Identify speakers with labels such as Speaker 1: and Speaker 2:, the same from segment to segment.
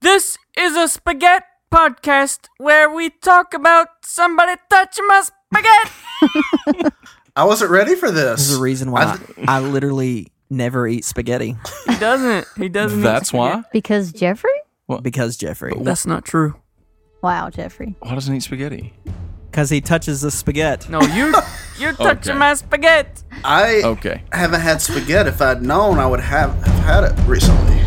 Speaker 1: This is a spaghetti podcast where we talk about somebody touching my spaghetti.
Speaker 2: I wasn't ready for this.
Speaker 3: There's a reason why I, literally never eat spaghetti
Speaker 1: he doesn't. He doesn't. eat
Speaker 4: That's
Speaker 1: spaghetti.
Speaker 4: why.
Speaker 5: Because Jeffrey?
Speaker 3: because Jeffrey,
Speaker 1: That's not true.
Speaker 5: Wow, Jeffrey.
Speaker 4: Why doesn't he eat spaghetti?
Speaker 3: because he touches the spaghetti.
Speaker 1: No, you you're touching
Speaker 4: Okay.
Speaker 1: my spaghetti.
Speaker 2: I
Speaker 3: Oh.
Speaker 4: Okay.
Speaker 2: haven't had spaghetti. If I'd known, I would have, have had it recently.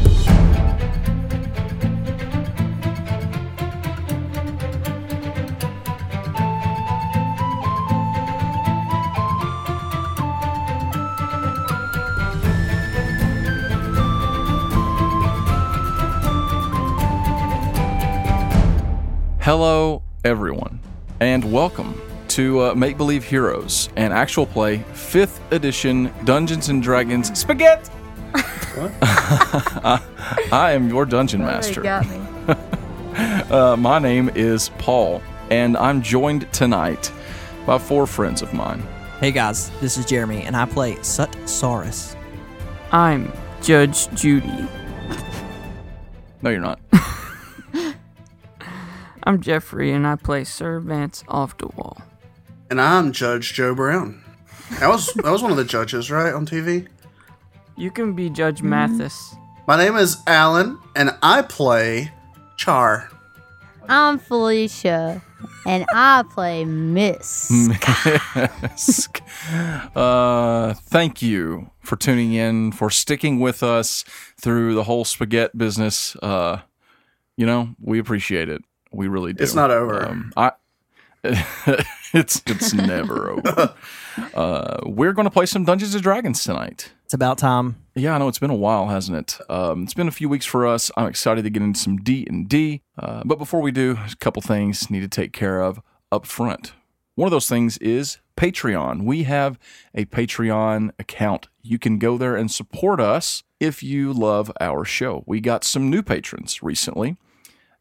Speaker 4: Hello, everyone, and welcome to uh, Make Believe Heroes, an actual play, 5th edition Dungeons and Dragons Spaghetti. I am your dungeon master.
Speaker 5: me.
Speaker 4: Uh, my name is Paul, and I'm joined tonight by four friends of mine.
Speaker 3: Hey guys, this is Jeremy, and I play Sut Saurus.
Speaker 1: I'm Judge Judy.
Speaker 4: No, you're not.
Speaker 1: I'm Jeffrey, and I play Sir Vance Off the Wall.
Speaker 2: And I'm Judge Joe Brown. That was that was one of the judges, right, on TV?
Speaker 1: You can be Judge
Speaker 4: Mm-hmm.
Speaker 1: Mathis.
Speaker 2: My name is Alan, and I play Char.
Speaker 5: I'm Felicia, and I play Miss.
Speaker 4: Mask. uh, thank you for tuning in, for sticking with us through the whole spaghetti business. Uh, you know, we appreciate it. We really do. Um,
Speaker 2: It's not over.
Speaker 4: I, it's it's never over. Uh, we're going to play some Dungeons and Dragons tonight.
Speaker 3: It's about time.
Speaker 4: Yeah, I know it's been a while, hasn't it? Um, it's been a few weeks for us. I'm excited to get into some D and D, uh, but before we do, there's a couple things need to take care of up front. One of those things is Patreon. We have a Patreon account. You can go there and support us if you love our show. We got some new patrons recently.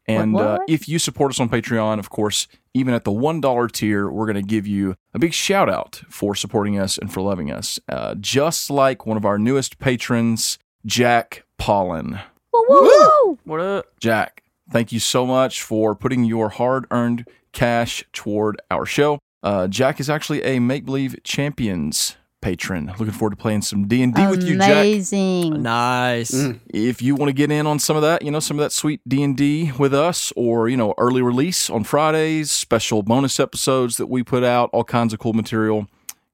Speaker 4: And
Speaker 5: What,
Speaker 4: uh,
Speaker 5: what?
Speaker 4: if you support us on Patreon, of course, even at the $1 tier, we're going to give you a big shout out for supporting us and for loving us. Uh, just like one of our newest patrons, Jack Pollen.
Speaker 5: Woo, woo, woo.
Speaker 1: What up?
Speaker 4: Jack, thank you so much for putting your hard earned cash toward our show. Uh, Jack is actually a Make Believe Champions patron. Looking forward to playing some D&D with you, Jack.
Speaker 5: Amazing.
Speaker 3: Nice.
Speaker 2: Mm.
Speaker 4: If you want to get in on some of that, you know, some of that sweet D&D with us or, you know, early release on Fridays, special bonus episodes that we put out, all kinds of cool material,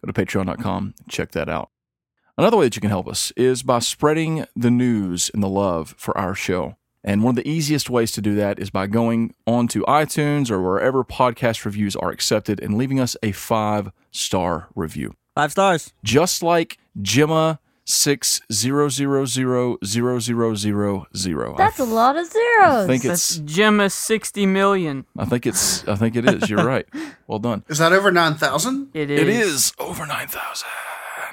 Speaker 4: go to patreon.com, and check that out. Another way that you can help us is by spreading the news and the love for our show. And one of the easiest ways to do that is by going onto iTunes or wherever podcast reviews are accepted and leaving us a five-star review
Speaker 3: Five stars.
Speaker 4: just like Gemma six zero zero zero zero zero zero zero.
Speaker 5: That's a lot of zeros.
Speaker 4: I think
Speaker 1: That's
Speaker 4: it's.
Speaker 1: Gemma 60 million.
Speaker 4: I think it's. I think it is. You're right. Well done.
Speaker 2: Is that over nine thousand?
Speaker 1: It is.
Speaker 4: It is over nine thousand.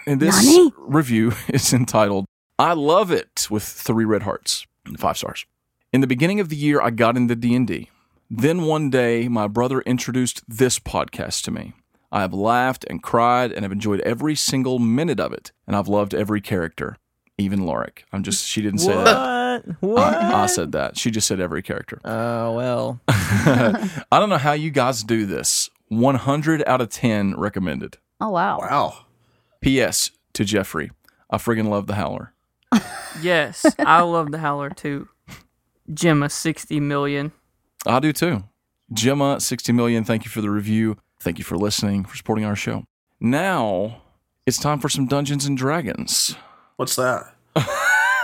Speaker 4: And this
Speaker 5: Nani?
Speaker 4: review is entitled "I Love It" with three red hearts and five stars. In the beginning of the year, I got into D and D. Then one day, my brother introduced this podcast to me. I have laughed and cried and have enjoyed every single minute of it, and I've loved every character, even Lorik. I'm just she didn't say that.
Speaker 3: What? What?
Speaker 4: I, I said that. She just said every character.
Speaker 3: Oh well.
Speaker 4: I don't know how you guys do this. 100 out of 10 recommended.
Speaker 5: Oh, wow.
Speaker 2: Wow.
Speaker 4: P.S. to Jeffrey, I friggin' love the Howler.
Speaker 1: Yes, I love the Howler too. Gemma 60 million.
Speaker 4: I do too. Gemma, 60 million, thank you for the review. Thank you for listening, for supporting our show. Now it's time for some Dungeons and Dragons.
Speaker 2: What's that?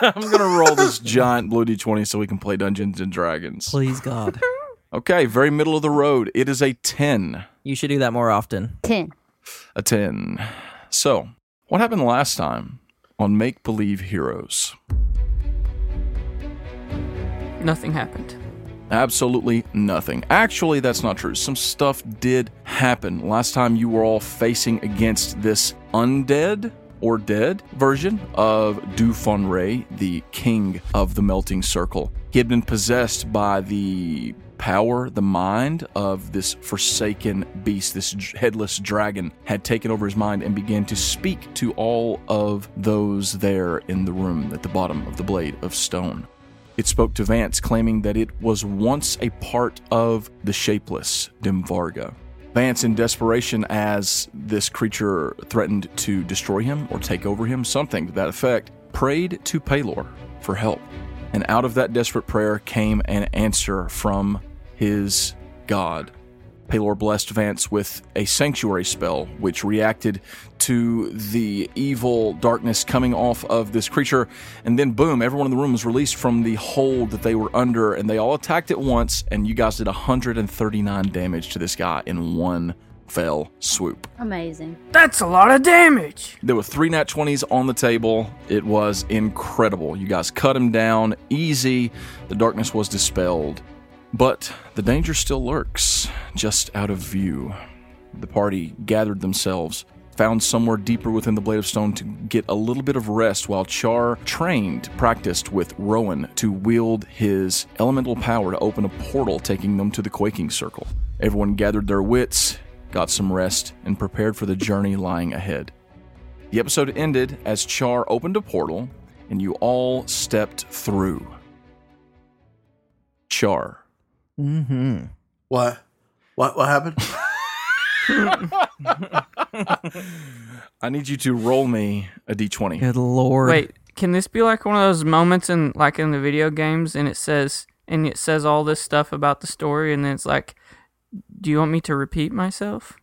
Speaker 4: I'm gonna roll this giant blue d20 so we can play Dungeons and Dragons.
Speaker 3: Please God,
Speaker 4: Okay, very middle of the road. It is a 10.
Speaker 3: you should do that more often.
Speaker 5: 10.
Speaker 4: A 10. So, what happened last time on Make Believe Heroes?
Speaker 1: Nothing happened.
Speaker 4: Absolutely nothing. Actually, that's not true. Some stuff did happen. Last time you were all facing against this undead or dead version of Dufonre, the king of the melting circle. He had been possessed by the power, the mind of this forsaken beast, this j- headless dragon, had taken over his mind and began to speak to all of those there in the room at the bottom of the blade of stone. It spoke to Vance, claiming that it was once a part of the shapeless Dimvarga. Vance, in desperation as this creature threatened to destroy him or take over him, something to that effect, prayed to Palor for help. And out of that desperate prayer came an answer from his god. Palor blessed Vance with a sanctuary spell, which reacted to the evil darkness coming off of this creature. And then, boom, everyone in the room was released from the hold that they were under, and they all attacked at once. And you guys did 139 damage to this guy in one fell swoop.
Speaker 5: Amazing.
Speaker 1: That's a lot of damage.
Speaker 4: There were three nat 20s on the table. It was incredible. You guys cut him down easy. The darkness was dispelled. But the danger still lurks, just out of view. The party gathered themselves, found somewhere deeper within the Blade of Stone to get a little bit of rest while Char trained, practiced with Rowan to wield his elemental power to open a portal, taking them to the Quaking Circle. Everyone gathered their wits, got some rest, and prepared for the journey lying ahead. The episode ended as Char opened a portal and you all stepped through. Char,
Speaker 3: Mm-hmm.
Speaker 2: What? What? What happened?
Speaker 4: I need you to roll me a d20.
Speaker 3: Good lord.
Speaker 1: Wait, can this be like one of those moments in like in the video games and it says and it says all this stuff about the story and then it's like do you want me to repeat myself?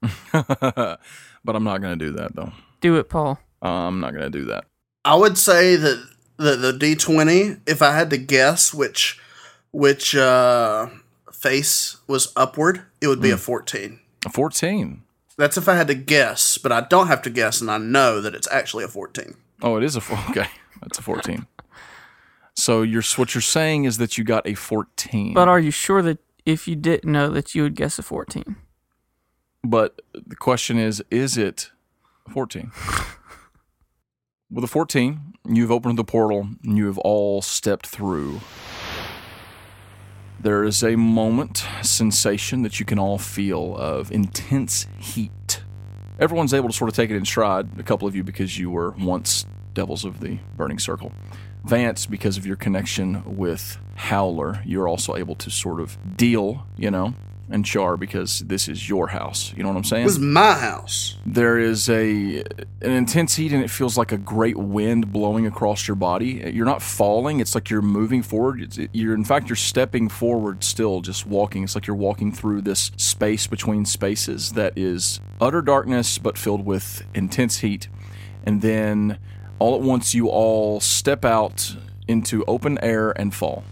Speaker 4: but I'm not going to do that though.
Speaker 1: Do it, Paul.
Speaker 4: I'm not going to do that.
Speaker 2: I would say that the the D twenty, if I had to guess which which uh, face was upward, it
Speaker 3: Mm.
Speaker 2: would be a fourteen.
Speaker 4: A 14.
Speaker 2: That's if I had to guess, but I don't have to guess, and I know that it's actually a fourteen.
Speaker 4: Oh, it is a 4. Okay. That's a 14. So you're what you're saying is that you got a 14.
Speaker 1: But are you sure that if you didn't know that you would guess a 14?
Speaker 4: But the question is, is it 14? With a 14, you've opened the portal and you have all stepped through. There is a moment, sensation that you can all feel of intense heat. Everyone's able to sort of take it in stride, a couple of you because you were once devils of the burning circle. Vance, because of your connection with Howler, you're also able to sort of deal, you know, and Char because this is your house. You know what I'm saying?
Speaker 2: It was my house.
Speaker 4: there is a an intense heat and it feels like a great wind blowing across your body you're not falling it's like you're moving forward it's, you're in fact you're stepping forward still just walking it's like you're walking through this space between spaces that is utter darkness but filled with intense heat and then all at once you all step out into open air and fall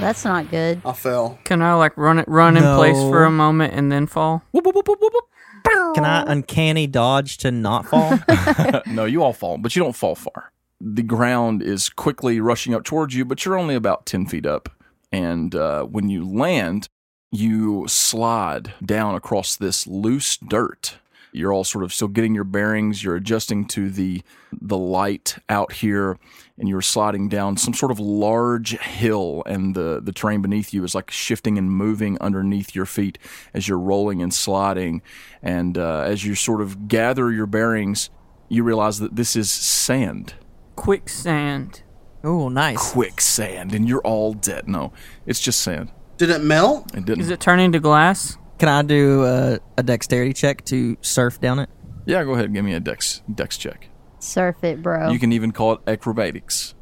Speaker 5: That's not good.
Speaker 2: I fell.
Speaker 1: Can I like run it run in place for
Speaker 3: No.
Speaker 1: a moment and then fall?
Speaker 4: Whoop, whoop, whoop, whoop, whoop,
Speaker 3: Can I uncanny dodge to not fall?
Speaker 4: whoop. no you all fall but you don't fall far the ground is quickly rushing up towards you, but you're only about 10 feet up. And uh, when you land, you slide down across this loose dirt. You're all sort of still getting your bearings. You're adjusting to the the light out here, and you're sliding down some sort of large hill. And the the terrain beneath you is like shifting and moving underneath your feet as you're rolling and sliding. And uh, as you sort of gather your bearings, you realize that this is sand
Speaker 1: Quicksand.
Speaker 3: oh, nice.
Speaker 4: quicksand and you're all dead. No, it's just sand.
Speaker 2: Did it melt?
Speaker 4: It didn't.
Speaker 1: Is it turning to glass?
Speaker 3: Can I do a, a dexterity check to surf down it?
Speaker 4: yeah, go ahead and give me a dex dex check.
Speaker 5: Surf it, bro.
Speaker 4: You can even call it acrobatics.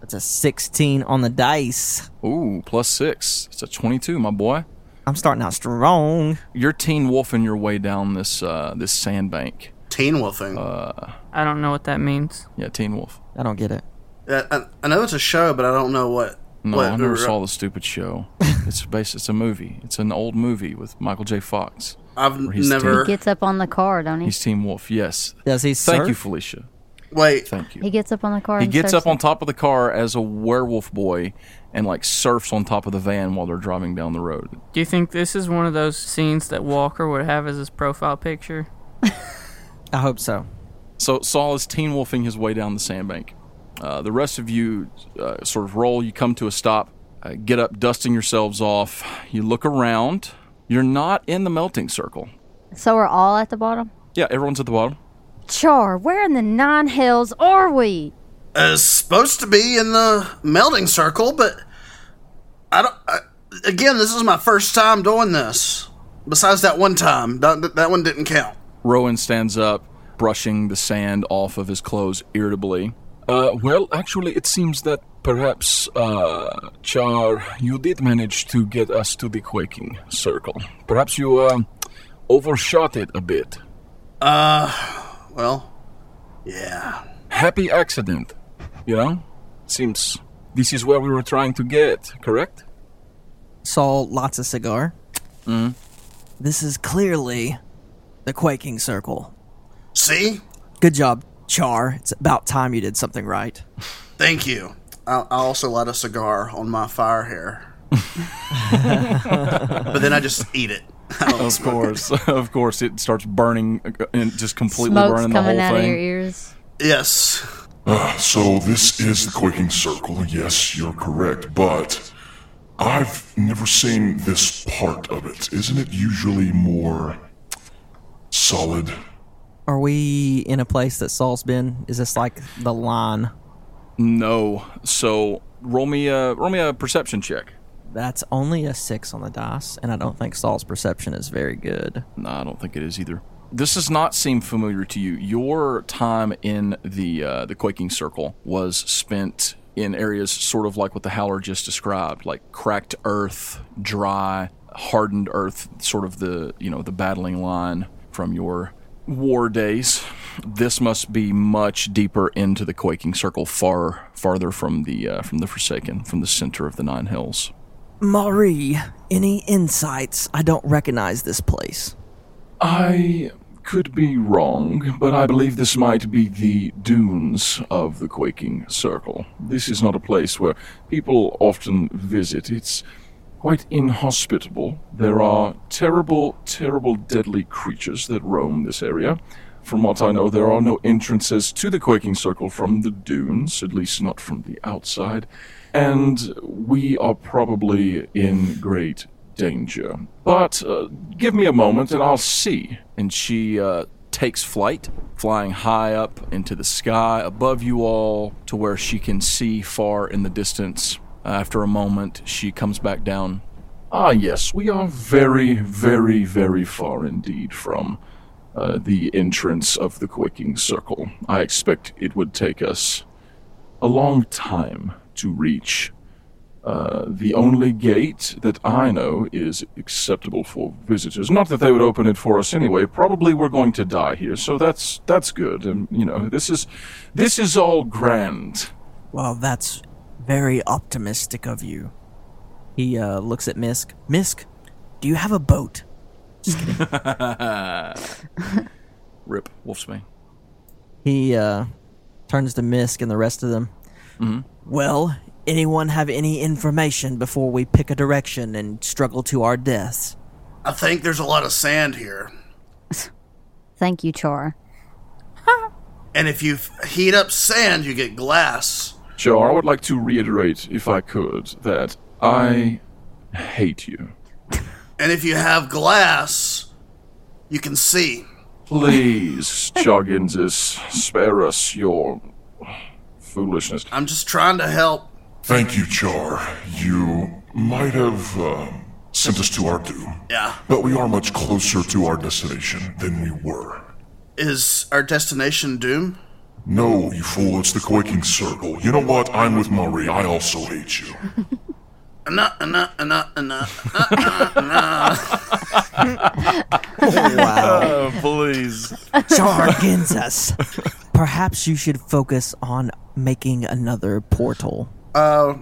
Speaker 3: That's a 16 on the dice.
Speaker 4: Ooh, plus six. It's a twenty-two, my boy.
Speaker 3: I'm starting out strong.
Speaker 4: You're teen wolfing your way down this uh, this sandbank.
Speaker 2: Teen wolfing.
Speaker 4: Uh,
Speaker 1: I don't know what that means.
Speaker 4: Yeah, teen wolf.
Speaker 3: I don't get it.
Speaker 2: I, I- Uh, I know it's a show, but I don't know what.
Speaker 4: No,
Speaker 2: what, uh,
Speaker 4: I never saw the stupid show. It's based. It's a movie. It's an old movie with Michael J. Fox.
Speaker 2: I've
Speaker 4: he's
Speaker 2: never.
Speaker 5: Gets up on the car, don't he?
Speaker 4: He's Teen Wolf. Yes.
Speaker 3: Does he surf?
Speaker 4: Thank you, Felicia.
Speaker 2: Wait,
Speaker 4: Thank you.
Speaker 5: He gets up on the car.
Speaker 4: He
Speaker 5: and
Speaker 4: gets
Speaker 5: surfs
Speaker 4: up on top of the car as a werewolf boy and like surfs on top of the van while they're driving down the road.
Speaker 1: Do you think this is one of those scenes that Walker would have as his profile picture?
Speaker 3: I hope so.
Speaker 4: So Saul is teen wolfing his way down the sandbank. Uh, the rest of you uh, sort of roll. You come to a stop, uh, get up, dusting yourselves off. You look around. You're not in the melting circle.
Speaker 5: it. So we're all at the bottom.
Speaker 4: Yeah, everyone's at the bottom.
Speaker 5: Char, where in the nine hells are we?
Speaker 2: is supposed to be in the melding circle, but I don't. I, again, this is my first time doing this. Besides that one time, that, that one didn't count.
Speaker 4: Rowan stands up, brushing the sand off of his clothes irritably. Uh, well, actually, it seems that perhaps, uh, Char, you did manage to get us to the quaking circle. Perhaps you, uh, overshot it a bit.
Speaker 2: Well, yeah.
Speaker 4: Happy accident, you know? Seems this is where we were trying to get, correct?
Speaker 3: Saw lots of cigar.
Speaker 4: Mm-hmm.
Speaker 3: This is clearly the quaking circle.
Speaker 2: See,
Speaker 3: Good job, Char. It's about time you did something right.
Speaker 2: thank you. I, I also light a cigar on my fire hair, but then I just eat it. I don't
Speaker 4: Of course, of course, it starts burning uh, and just completely
Speaker 5: Smoke's
Speaker 4: burning the
Speaker 5: coming
Speaker 4: whole
Speaker 5: out
Speaker 4: thing.
Speaker 5: of your ears.
Speaker 2: Yes.
Speaker 6: So this is the quaking circle. Yes, you're correct, but I've never seen this part of it. Isn't it usually more solid?
Speaker 3: Are we in a place that Saul's been? Is this like the line?
Speaker 4: No, so roll me a roll me a perception check.
Speaker 3: That's only a six on the dice, and I don't think Saul's perception is very good.
Speaker 4: No, I don't think it is either. This does not seem familiar to you. Your time in the uh, the quaking circle was spent in areas sort of like what the howler just described, like cracked earth, dry, hardened earth, sort of the you know the battling line from your war days. This must be much deeper into the quaking circle, far farther from the uh, from the Forsaken, from the center of the Nine Hills.
Speaker 3: Marie, any insights? I don't recognize this place.
Speaker 6: I
Speaker 4: could be wrong, but I believe this might be the dunes of the Quaking Circle. This is not a place where people often visit. It's quite inhospitable. There are terrible, terrible, deadly creatures that roam this area. From what I know, there are no entrances to the Quaking Circle from the dunes, at least not from the outside. And we are probably in great danger. But uh, give me a moment and I'll see. And she uh, takes flight, flying high up into the sky above you all to where she can see far in the distance. After a moment, she comes back down. Ah, yes, we are very, very, very far indeed from uh, the entrance of the Quaking Circle. I expect it would take us a long time to reach uh, the only gate that I know is acceptable for visitors. Not that they would open it for us anyway. Probably we're going to die here, so that's that's good. And you know, this is this is all grand.
Speaker 3: Well, that's very optimistic of you. He uh, looks at Misk. Misk, do you have a boat?
Speaker 4: Rip Wolfsbane.
Speaker 3: He uh, turns to Misk and the rest of them. Well, anyone have any information before we pick a direction and struggle to our deaths?
Speaker 2: I think there's a lot of sand here.
Speaker 5: Thank you, Char.
Speaker 2: And if you f- heat up sand, you get glass.
Speaker 6: Jar, I would like to reiterate, if I could, that I hate you.
Speaker 2: And if you have glass, you can see.
Speaker 6: Please, Jargensis, spare us your foolishness.
Speaker 2: I'm just trying to help.
Speaker 6: Thank you, Char. You might have um, sent us to our doom,
Speaker 2: Yeah.
Speaker 6: but we are much closer to our destination than we were.
Speaker 2: Is our destination doom?
Speaker 6: No, you fool, it's the quaking circle. You know what? I'm with Marie. I also hate you.
Speaker 2: No, no, no, no.
Speaker 3: Wow.
Speaker 4: please.
Speaker 3: Jargensus, perhaps you should focus on making another portal.
Speaker 2: Uh,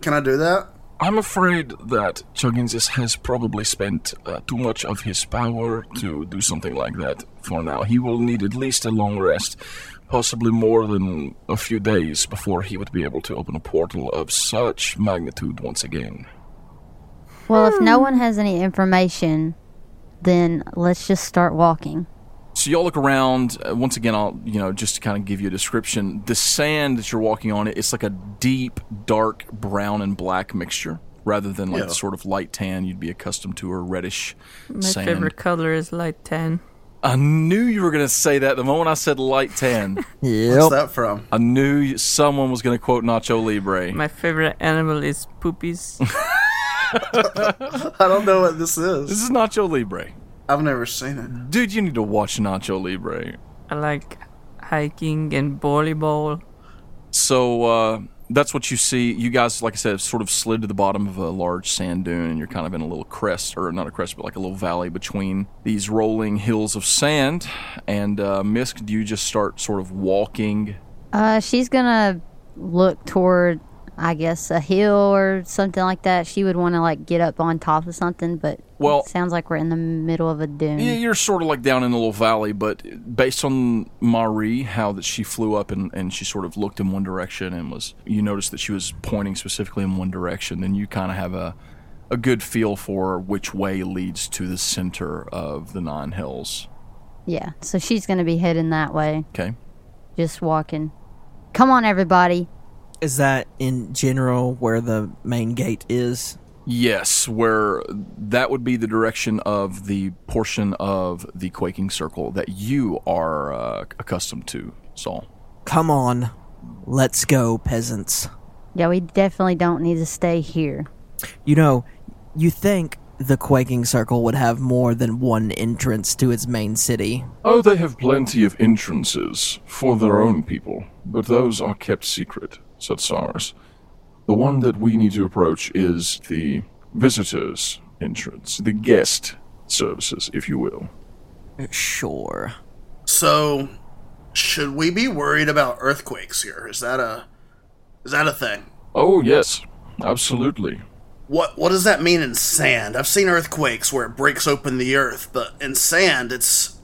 Speaker 2: can I do that?
Speaker 7: I'm afraid that Churginsis has probably spent uh, too much of his power to do something like that for now. He will need at least a long rest, possibly more than a few days before he would be able to open a portal of such magnitude once again.
Speaker 5: Well, if no one has any information, then let's just start walking.
Speaker 4: So y'all look around. Uh, once again, I'll you know just to kind of give you a description. The sand that you're walking on, it's like a deep, dark brown and black mixture, rather than like the sort of light tan you'd be accustomed to or reddish
Speaker 1: My
Speaker 4: sand.
Speaker 1: favorite color is light tan.
Speaker 4: I knew you were going to say that the moment I said light tan.
Speaker 2: What's
Speaker 3: Yep.
Speaker 2: that from?
Speaker 4: I knew you- someone was going to quote Nacho Libre.
Speaker 1: My favorite animal is poopies.
Speaker 2: I don't know what this
Speaker 4: This
Speaker 2: is.
Speaker 4: is Nacho Libre.
Speaker 2: I've never seen it.
Speaker 4: Dude, you need to watch Nacho Libre.
Speaker 1: I like hiking and volleyball.
Speaker 4: So uh, that's what you see. You guys, like I said, have sort of slid to the bottom of a large sand dune, and you're kind of in a little crest, or not a crest, but like a little valley between these rolling hills of sand. And uh, Misk, do you just start sort of walking?
Speaker 5: Uh, she's gonna look toward, I guess, a hill or something like that. She would want to like get up on top of something, but
Speaker 4: Well-
Speaker 5: it sounds like we're in the middle of a dune.
Speaker 4: Yeah, you're sort of like down in a little valley, but based on Marie, how that she flew up and, and she sort of looked in one direction and was, you noticed that she was pointing specifically in one direction, then you kind of have a, a good feel for which way leads to the center of the nine hills.
Speaker 5: yeah, so she's gonna be heading that way,
Speaker 4: Okay.
Speaker 5: just walking. Come on, everybody!
Speaker 3: Is that in general where the main gate is?
Speaker 4: Yes, where that would be the direction of the portion of the quaking circle that you are uh, accustomed to, Saul.
Speaker 3: Come on, let's go, peasants.
Speaker 5: Yeah, we definitely don't need to stay here.
Speaker 3: You know, you think the Quaking Circle would have more than one entrance to its main city.
Speaker 6: Oh, they have plenty of entrances for their own people, but those are kept secret, said Cyrus. The one that we need to approach is the visitors' entrance, the guest services, if you will.
Speaker 3: Sure.
Speaker 2: So, should we be worried about earthquakes here? Is that a is that a thing?
Speaker 6: Oh, yes, absolutely.
Speaker 2: What what does that mean in sand? I've seen earthquakes where it breaks open the earth, but in sand it's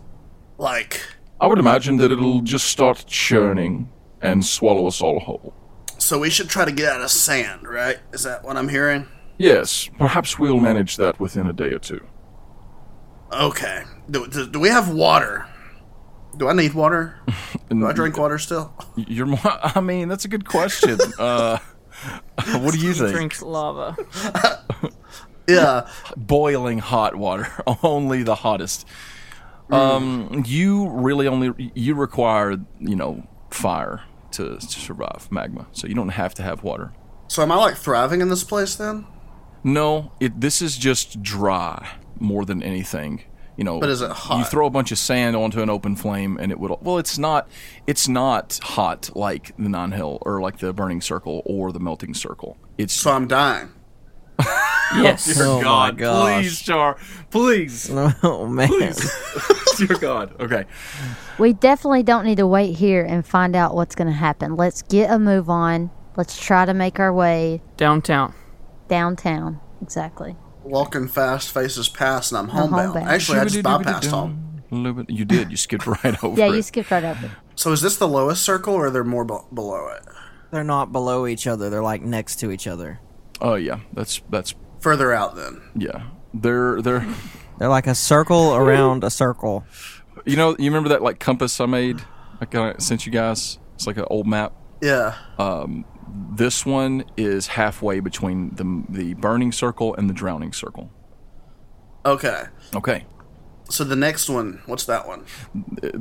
Speaker 2: like
Speaker 6: I would imagine that it'll just start churning and swallow us all whole.
Speaker 2: so we should try to get out of sand, right? Is that what I'm hearing?
Speaker 6: Yes, perhaps we'll manage that within a day or two.
Speaker 2: Okay. Do, do, do we have water? Do I need water? Do I drink water still?
Speaker 4: You're more, I mean, that's a good question. uh, what do you think?
Speaker 1: Drinks lava.
Speaker 2: Yeah.
Speaker 4: boiling hot water, only the hottest.
Speaker 2: Mm.
Speaker 4: Um, you really only you require you know fire to, to survive magma, so you don't have to have water.
Speaker 2: So am I like thriving in this place then?
Speaker 4: No, it this is just dry more than anything. You know,
Speaker 2: But is it hot?
Speaker 4: You throw a bunch of sand onto an open flame, and it would. Well, it's not. It's not hot like the non hill or like the burning circle or the melting circle. It's
Speaker 2: So I'm dying.
Speaker 1: yes.
Speaker 3: Oh my gosh.
Speaker 4: please, Char, please,
Speaker 3: Oh man.
Speaker 4: dear God. Okay,
Speaker 5: We definitely don't need to wait here and find out what's gonna happen. Let's get a move on. Let's try to make our way
Speaker 1: Downtown.
Speaker 5: downtown. Exactly.
Speaker 2: Walking fast, faces past, and I'm homebound.
Speaker 5: homebound.
Speaker 2: Actually, I just bypassed home.
Speaker 4: Little bit- You did. You skipped right over.
Speaker 5: Yeah, you
Speaker 4: it.
Speaker 5: skipped right over.
Speaker 2: So is this the lowest circle, or are there more b- below it?
Speaker 3: They're not below each other, they're like next to each other.
Speaker 4: Oh yeah, that's that's
Speaker 2: Further out then.
Speaker 4: yeah. They're they're.
Speaker 3: They're like a circle around a circle.
Speaker 4: You know, you remember that like compass I made? I kinda sent you guys. It's like an old map.
Speaker 2: Yeah.
Speaker 4: This one is halfway between the the burning circle and the drowning circle.
Speaker 2: Okay.
Speaker 4: Okay,
Speaker 2: So the next one, what's that one?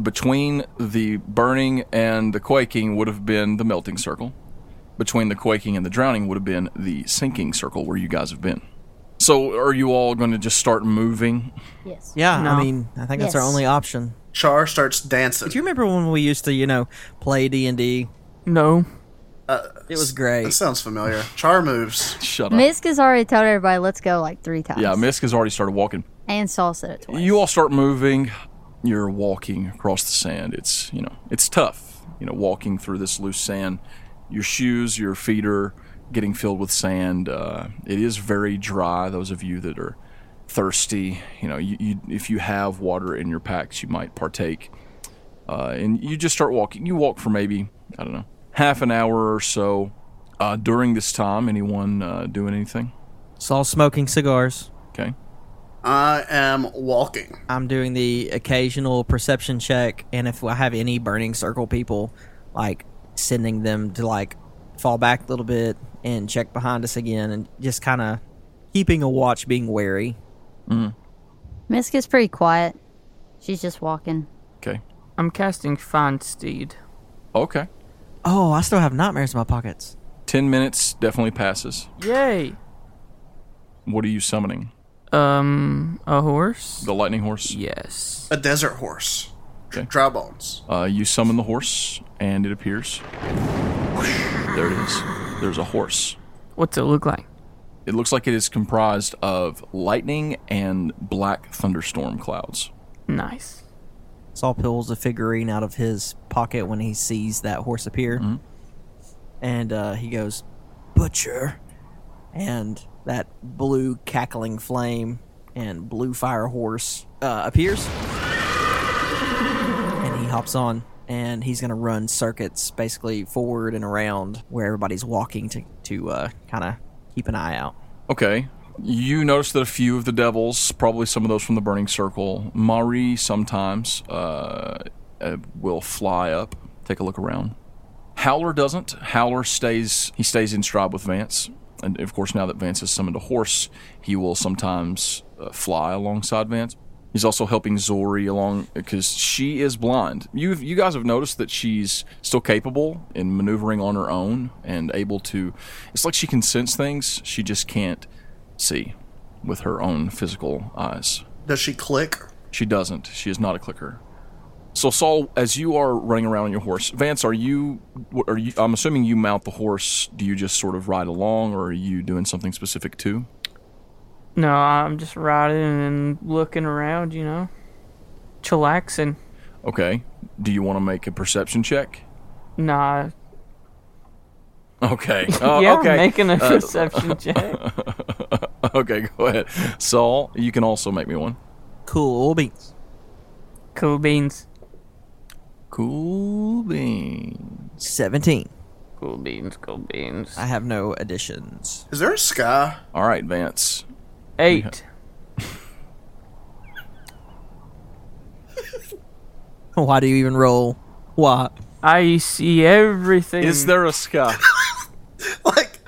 Speaker 4: between the burning and the quaking would have been the melting circle. Between the quaking and the drowning would have been the sinking circle where you guys have been. So, are you all going to just start moving?
Speaker 5: Yes.
Speaker 3: Yeah,
Speaker 1: No.
Speaker 3: I mean, I think that's our
Speaker 5: Yes.
Speaker 3: only option.
Speaker 2: Char starts dancing.
Speaker 3: Do you remember when we used to, you know, play D&D?
Speaker 1: No.
Speaker 3: It was
Speaker 2: That
Speaker 3: great.
Speaker 2: sounds familiar. Char moves.
Speaker 4: Shut up.
Speaker 5: Misk has already told everybody let's go like three times.
Speaker 4: Yeah, Misk has already started walking.
Speaker 5: and Saul said it twice.
Speaker 4: You all start moving. You're walking across the sand. It's you know it's tough. You know walking through this loose sand. Your shoes, your feet are getting filled with sand. Uh, it is very dry. Those of you that are thirsty, you know, you, you if you have water in your packs, you might partake. Uh, and you just start walking. You walk for maybe I don't know half an hour or so. Uh, during this time, anyone uh, doing anything?
Speaker 3: It's all smoking cigars.
Speaker 4: Okay.
Speaker 2: I am walking.
Speaker 3: I'm doing the occasional perception check, and if I have any burning circle people, like sending them to like fall back a little bit and check behind us again, and just kind of keeping a watch, being wary.
Speaker 5: Misk is pretty quiet. She's just walking.
Speaker 4: Okay.
Speaker 1: I'm casting Find Steed.
Speaker 4: Okay.
Speaker 3: Oh, I still have nightmares in my pockets.
Speaker 4: 10 minutes definitely passes.
Speaker 1: Yay!
Speaker 4: What are you summoning?
Speaker 1: Um, a horse?
Speaker 4: The lightning horse?
Speaker 1: Yes.
Speaker 2: A desert horse.
Speaker 4: Okay.
Speaker 2: Dry bones.
Speaker 4: Uh, you summon the horse, and it appears. There it is. There's a horse.
Speaker 1: What's it look like?
Speaker 4: It looks like it is comprised of lightning and black thunderstorm clouds.
Speaker 1: Nice.
Speaker 3: Saul pulls a figurine out of his pocket when he sees that horse appear. And uh, he goes, Butcher. And that blue cackling flame and blue fire horse uh, appears. And he hops on. And he's going to run circuits basically forward and around where everybody's walking to, to uh, kind of keep an eye out.
Speaker 4: Okay. You notice that a few of the devils, probably some of those from the Burning Circle, Marie sometimes, uh, uh, will fly up, take a look around. Howler doesn't. Howler stays. He stays in stride with Vance, and of course, now that Vance has summoned a horse, he will sometimes uh, fly alongside Vance. He's also helping Zori along because she is blind. You you guys have noticed that she's still capable in maneuvering on her own and able to. It's like she can sense things. She just can't see with her own physical eyes.
Speaker 2: Does she click?
Speaker 4: She doesn't. She is not a clicker. So Saul, as you are running around on your horse, Vance, are you? what- Are you? I'm assuming you mount the horse. Do you just sort of ride along, or are you doing something specific too?
Speaker 1: No, I'm just riding and looking around, you know? Chillaxing.
Speaker 4: Okay. Do you want to make a perception check?
Speaker 1: Nah.
Speaker 4: Okay. Uh,
Speaker 1: yeah,
Speaker 4: okay.
Speaker 1: making a perception check.
Speaker 4: okay. Go ahead, Saul. You can also make me one.
Speaker 3: Cool beans.
Speaker 1: Cool beans.
Speaker 4: Cool bean.
Speaker 3: 17.
Speaker 1: Cool beans, cool beans.
Speaker 3: I have no additions.
Speaker 2: Is there a sky?
Speaker 4: All right, Vance.
Speaker 1: Eight.
Speaker 3: Why do you even roll? Why?
Speaker 1: I see everything.
Speaker 4: Is there a sky?
Speaker 2: Like,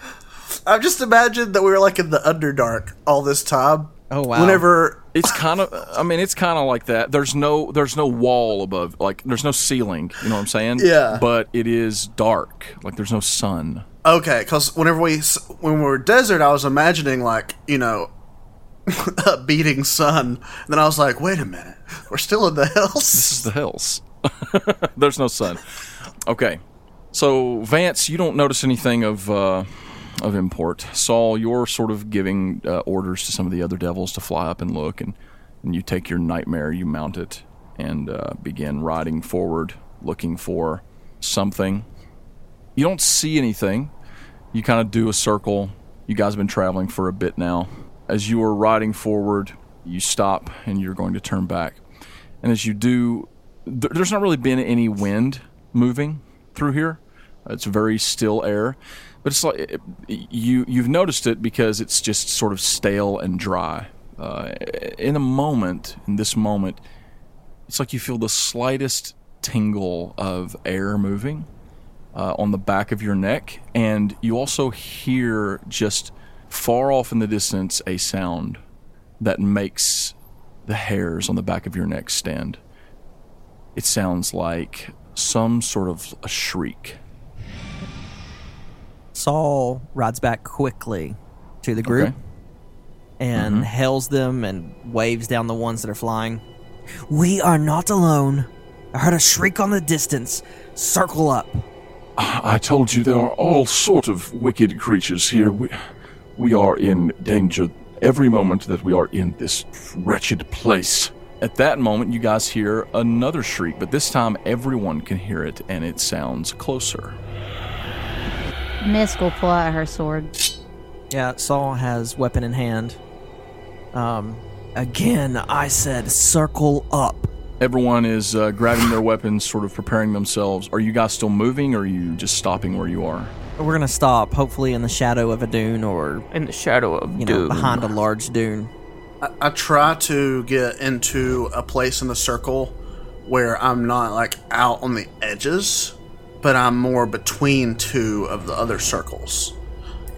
Speaker 2: I've just imagined that we were like in the Underdark all this time.
Speaker 3: Oh, wow.
Speaker 2: Whenever
Speaker 4: It's kind of. I mean, it's kind of like that. There's no. There's no wall above. Like there's no ceiling. You know what I'm saying?
Speaker 2: Yeah.
Speaker 4: But it is dark. Like there's no sun.
Speaker 2: Okay, because whenever we s- when we were desert, I was imagining like you know a beating sun. And then I was like, wait a minute, we're still in the
Speaker 4: This
Speaker 2: hills.
Speaker 4: is the hills. there's no sun. Okay. So Vance, you don't notice anything of. Uh, of import, Saul, you're sort of giving uh, orders to some of the other devils to fly up and look, and, and you take your nightmare, you mount it, and uh, begin riding forward, looking for something. You don't see anything. You kind of do a circle. You guys have been traveling for a bit now. As you are riding forward, you stop and you're going to turn back. And as you do, th- there's not really been any wind moving through here. It's very still air, but it's like it, you you've noticed it because it's just sort of stale and dry. Uh, in a moment, in this moment, it's like you feel the slightest tingle of air moving uh, on the back of your neck, and you also hear just far off in the distance a sound that makes the hairs on the back of your neck stand. It sounds like some sort of a shriek.
Speaker 3: Saul rides back quickly to the group
Speaker 4: Okay.
Speaker 3: and hails them and waves down the ones that are flying. We are not alone. I heard a shriek on the distance. Circle up.
Speaker 6: I told you there are all sort of wicked creatures here. We, we are in danger every moment that we are in this wretched place.
Speaker 4: At that moment, you guys hear another shriek, but this time everyone can hear it and it sounds closer.
Speaker 5: Misk will pull out her sword.
Speaker 3: Yeah, Saul has weapon in hand. Um, again, I said circle up.
Speaker 4: Everyone is uh, grabbing their weapons, sort of preparing themselves. Are you guys still moving or are you just stopping where you are?
Speaker 3: We're gonna stop, hopefully in the shadow of a dune or
Speaker 1: In the shadow of
Speaker 3: you know
Speaker 1: doom.
Speaker 3: behind a large dune.
Speaker 2: I, I try to get into a place in the circle where I'm not like out on the edges, but I'm more between two of the other circles.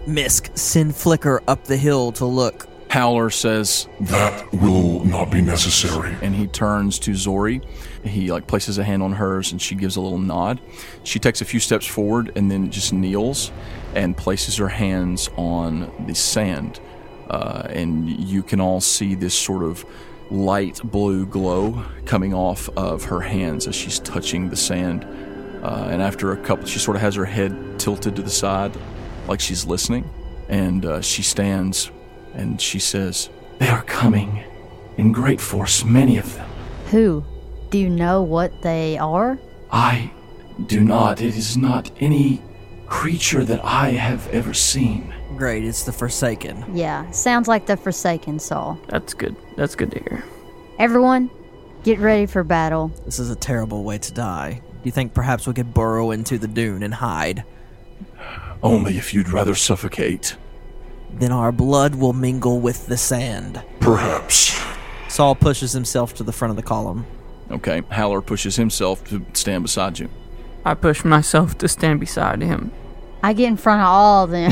Speaker 3: Misk, send Flicker up the hill to look.
Speaker 4: Howler says,
Speaker 6: That will not be necessary.
Speaker 4: and he turns to Zori. He like places a hand on hers and she gives a little nod. She takes a few steps forward and then just kneels and places her hands on the sand. Uh, and you can all see this sort of light blue glow coming off of her hands as she's touching the sand. Uh, and after a couple, she sort of has her head tilted to the side like she's listening. And uh, she stands and she says, They are coming in great force, many of them.
Speaker 5: Who? Do you know what they are?
Speaker 4: I do not. It is not any creature that I have ever seen.
Speaker 3: Great, it's the Forsaken.
Speaker 5: Yeah, sounds like the Forsaken Soul.
Speaker 1: That's good. That's good to hear.
Speaker 5: Everyone, get ready for battle.
Speaker 3: This is a terrible way to die. Do you think perhaps we could burrow into the dune and hide?
Speaker 4: Only if you'd rather suffocate.
Speaker 3: Then our blood will mingle with the sand.
Speaker 6: Perhaps.
Speaker 3: Saul pushes himself to the front of the column.
Speaker 4: Okay, Howler pushes himself to stand beside you.
Speaker 1: I push myself to stand beside him.
Speaker 5: I get in front of all of them.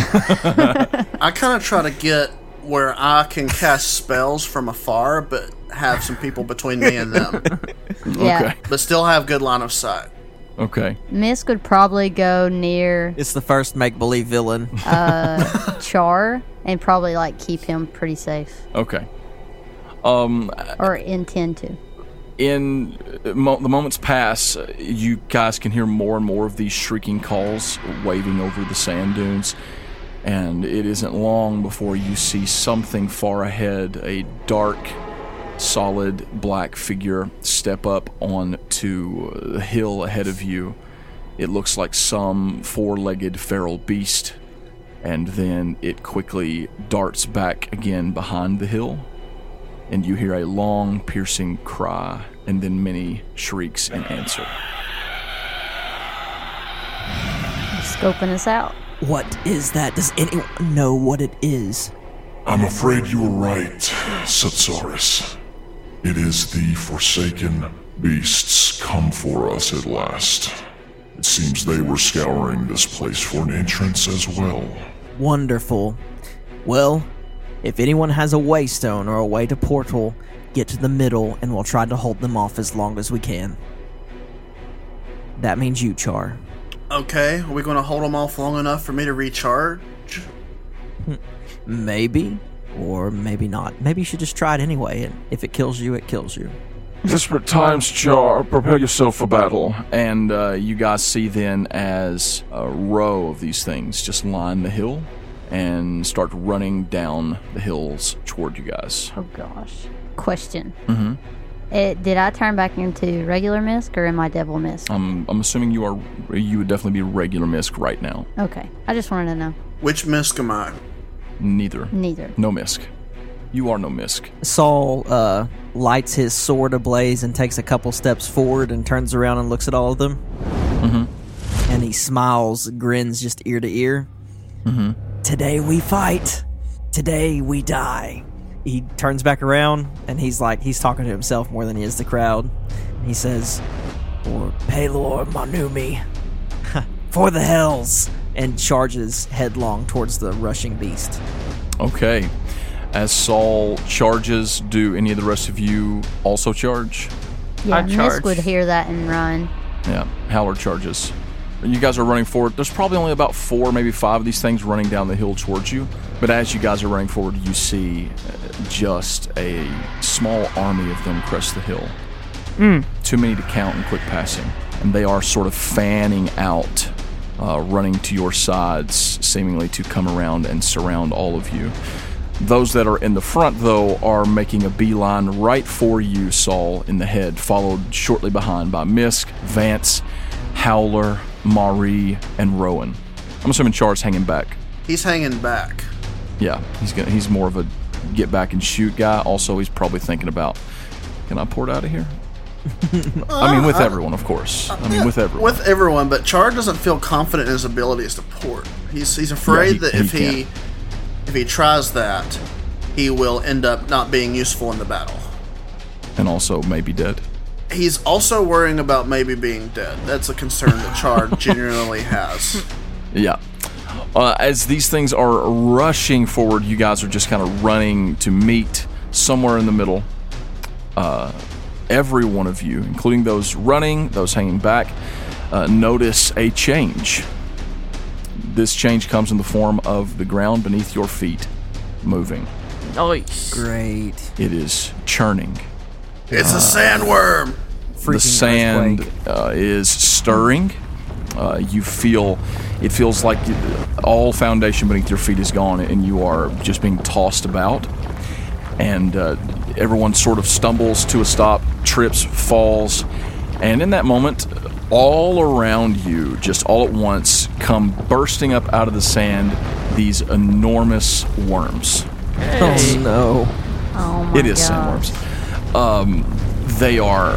Speaker 2: I kind of try to get where I can cast spells from afar, but have some people between me and them,
Speaker 5: yeah.
Speaker 4: Okay,
Speaker 2: but still have good line of sight.
Speaker 4: okay.
Speaker 5: Misk would probably go near
Speaker 3: It's the first make believe villain. Uh,
Speaker 5: Char and probably like keep him pretty safe
Speaker 4: Okay. Uh,
Speaker 5: or intend to.
Speaker 4: in uh, mo- the moments pass, uh, you guys can hear more and more of these shrieking calls waving over the sand dunes. And it isn't long before you see something far ahead a dark, solid black figure step up onto uh, the hill ahead of you. It looks like some four legged feral beast. And then it quickly darts back again behind the hill and you hear a long, piercing cry and then many shrieks in answer.
Speaker 5: Scoping us out.
Speaker 3: what is that? Does anyone know what it is?
Speaker 6: I'm afraid you were right, Satsaris. It is the Forsaken Beasts come for us at last. It seems they were scouring this place for an entrance as well.
Speaker 3: Wonderful. Well, if anyone has a waystone or a way to portal, get to the middle and we'll try to hold them off as long as we can. That means you, Char.
Speaker 2: Okay, are we going to hold them off long enough for me to recharge?
Speaker 3: Maybe, or maybe not. Maybe you should just try it anyway, and if it kills you, it kills you.
Speaker 7: Desperate times, Char. Prepare yourself for battle.
Speaker 4: And uh, you guys see then as a row of these things just line the hill and start running down the hills toward you guys.
Speaker 5: Oh gosh. Question. Mm-hmm. It, did I turn back into regular Misk or am I Devil Misk?
Speaker 4: I'm, Um, I'm assuming you are you would definitely be regular misc right now.
Speaker 5: Okay. I just wanted to know.
Speaker 2: Which Misk am I?
Speaker 4: Neither.
Speaker 5: Neither.
Speaker 4: No misc. You are no misc.
Speaker 3: Saul uh, lights his sword ablaze and takes a couple steps forward and turns around and looks at all of them. Mm-hmm.
Speaker 4: Mm-hmm.
Speaker 3: And he smiles, grins just ear to ear. Mm-hmm. Today we fight. Today we die. He turns back around and he's like, he's talking to himself more than he is the crowd. He says, Or Pelor Manumi, for the hells, and charges headlong towards the rushing beast.
Speaker 4: Okay. As Saul charges, do any of the rest of you also charge?
Speaker 5: Yeah,
Speaker 1: I charge.
Speaker 5: Misk would hear that and run.
Speaker 4: Yeah, Howler charges. You guys are running forward. There's probably only about four, maybe five of these things running down the hill towards you. But as you guys are running forward, you see uh, just a small army of them crest the hill. Too many to count in quick passing. And they are sort of fanning out, uh, running to your sides, seemingly to come around and surround all of you. Those that are in the front, though, are making a beeline right for you, Saul, in the head, followed shortly behind by Misk, Vance, Howler, Marie, and Rowan. I'm assuming Char's hanging back.
Speaker 2: He's hanging back.
Speaker 4: Yeah, he's gonna, he's more of a get back and shoot guy. Also, he's probably thinking about, can I port out of here? I mean, with everyone, of course. I mean, with everyone.
Speaker 2: With everyone, but Char doesn't feel confident in his abilities to port. He's he's afraid
Speaker 4: he-
Speaker 2: that
Speaker 4: he
Speaker 2: if he
Speaker 4: can't.
Speaker 2: if he tries that, he will end up not being useful in the battle.
Speaker 4: and also maybe dead.
Speaker 2: He's also worrying about maybe being dead. That's a concern that Char genuinely has.
Speaker 4: Yeah. Uh, as these things are rushing forward, you guys are just kind of running to meet somewhere in the middle. Uh, every one of you, including those running, those hanging back, uh, notice a change. This change comes in the form of the ground beneath your feet moving.
Speaker 1: Nice.
Speaker 3: Great.
Speaker 4: It is churning.
Speaker 2: It's a sandworm.
Speaker 3: Freaking
Speaker 4: the sand
Speaker 3: earthquake.
Speaker 4: uh, is stirring. Uh, you feel it feels like all foundation beneath your feet is gone, and you are just being tossed about. And uh, everyone sort of stumbles to a stop, trips, falls, and in that moment, all around you, just all at once, come bursting up out of the sand these enormous worms.
Speaker 3: Oh no.
Speaker 5: Oh my
Speaker 4: It is
Speaker 5: gosh.
Speaker 4: sandworms. Um, they are,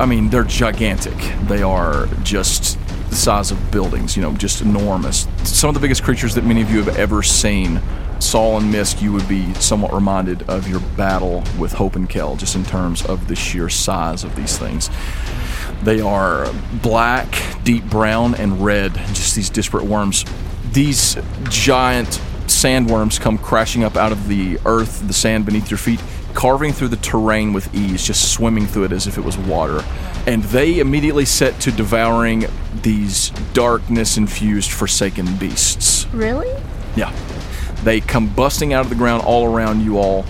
Speaker 4: I mean, they're gigantic. They are just the size of buildings, you know, just enormous. Some of the biggest creatures that many of you have ever seen. Saul and Misk, you would be somewhat reminded of your battle with Hope and Kel, just in terms of the sheer size of these things. They are black, deep brown, and red, just these disparate worms. These giant sandworms come crashing up out of the earth, the sand beneath your feet, carving through the terrain with ease, just swimming through it as if it was water. And they immediately set to devouring these darkness infused, forsaken beasts.
Speaker 5: Really?
Speaker 4: Yeah. They come busting out of the ground all around you all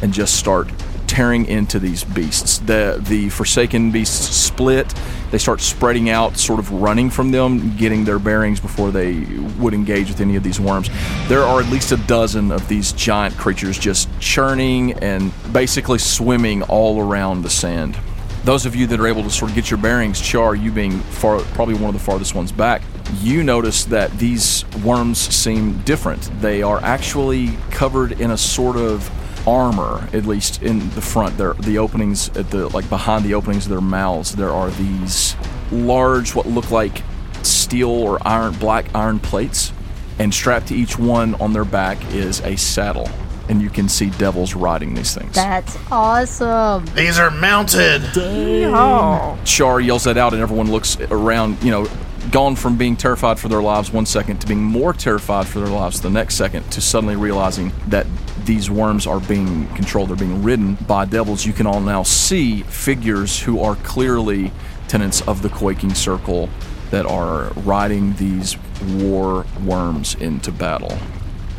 Speaker 4: and just start tearing into these beasts. The the forsaken beasts split. They start spreading out, sort of running from them, getting their bearings before they would engage with any of these worms. There are at least a dozen of these giant creatures just churning and basically swimming all around the sand. Those of you that are able to sort of get your bearings, Char, you being far, probably one of the farthest ones back, you notice that these worms seem different. They are actually covered in a sort of armor, at least in the front. There, the openings at the like behind the openings of their mouths, there are these large, what look like steel or iron, black iron plates, and strapped to each one on their back is a saddle, and you can see devils riding these things.
Speaker 5: That's awesome.
Speaker 2: These are mounted.
Speaker 1: Oh.
Speaker 4: Char yells that out, and everyone looks around, you know, gone from being terrified for their lives one second to being more terrified for their lives the next second to suddenly realizing that these worms are being controlled, they're being ridden by devils. You can all now see figures who are clearly tenants of the Quaking Circle that are riding these war worms into battle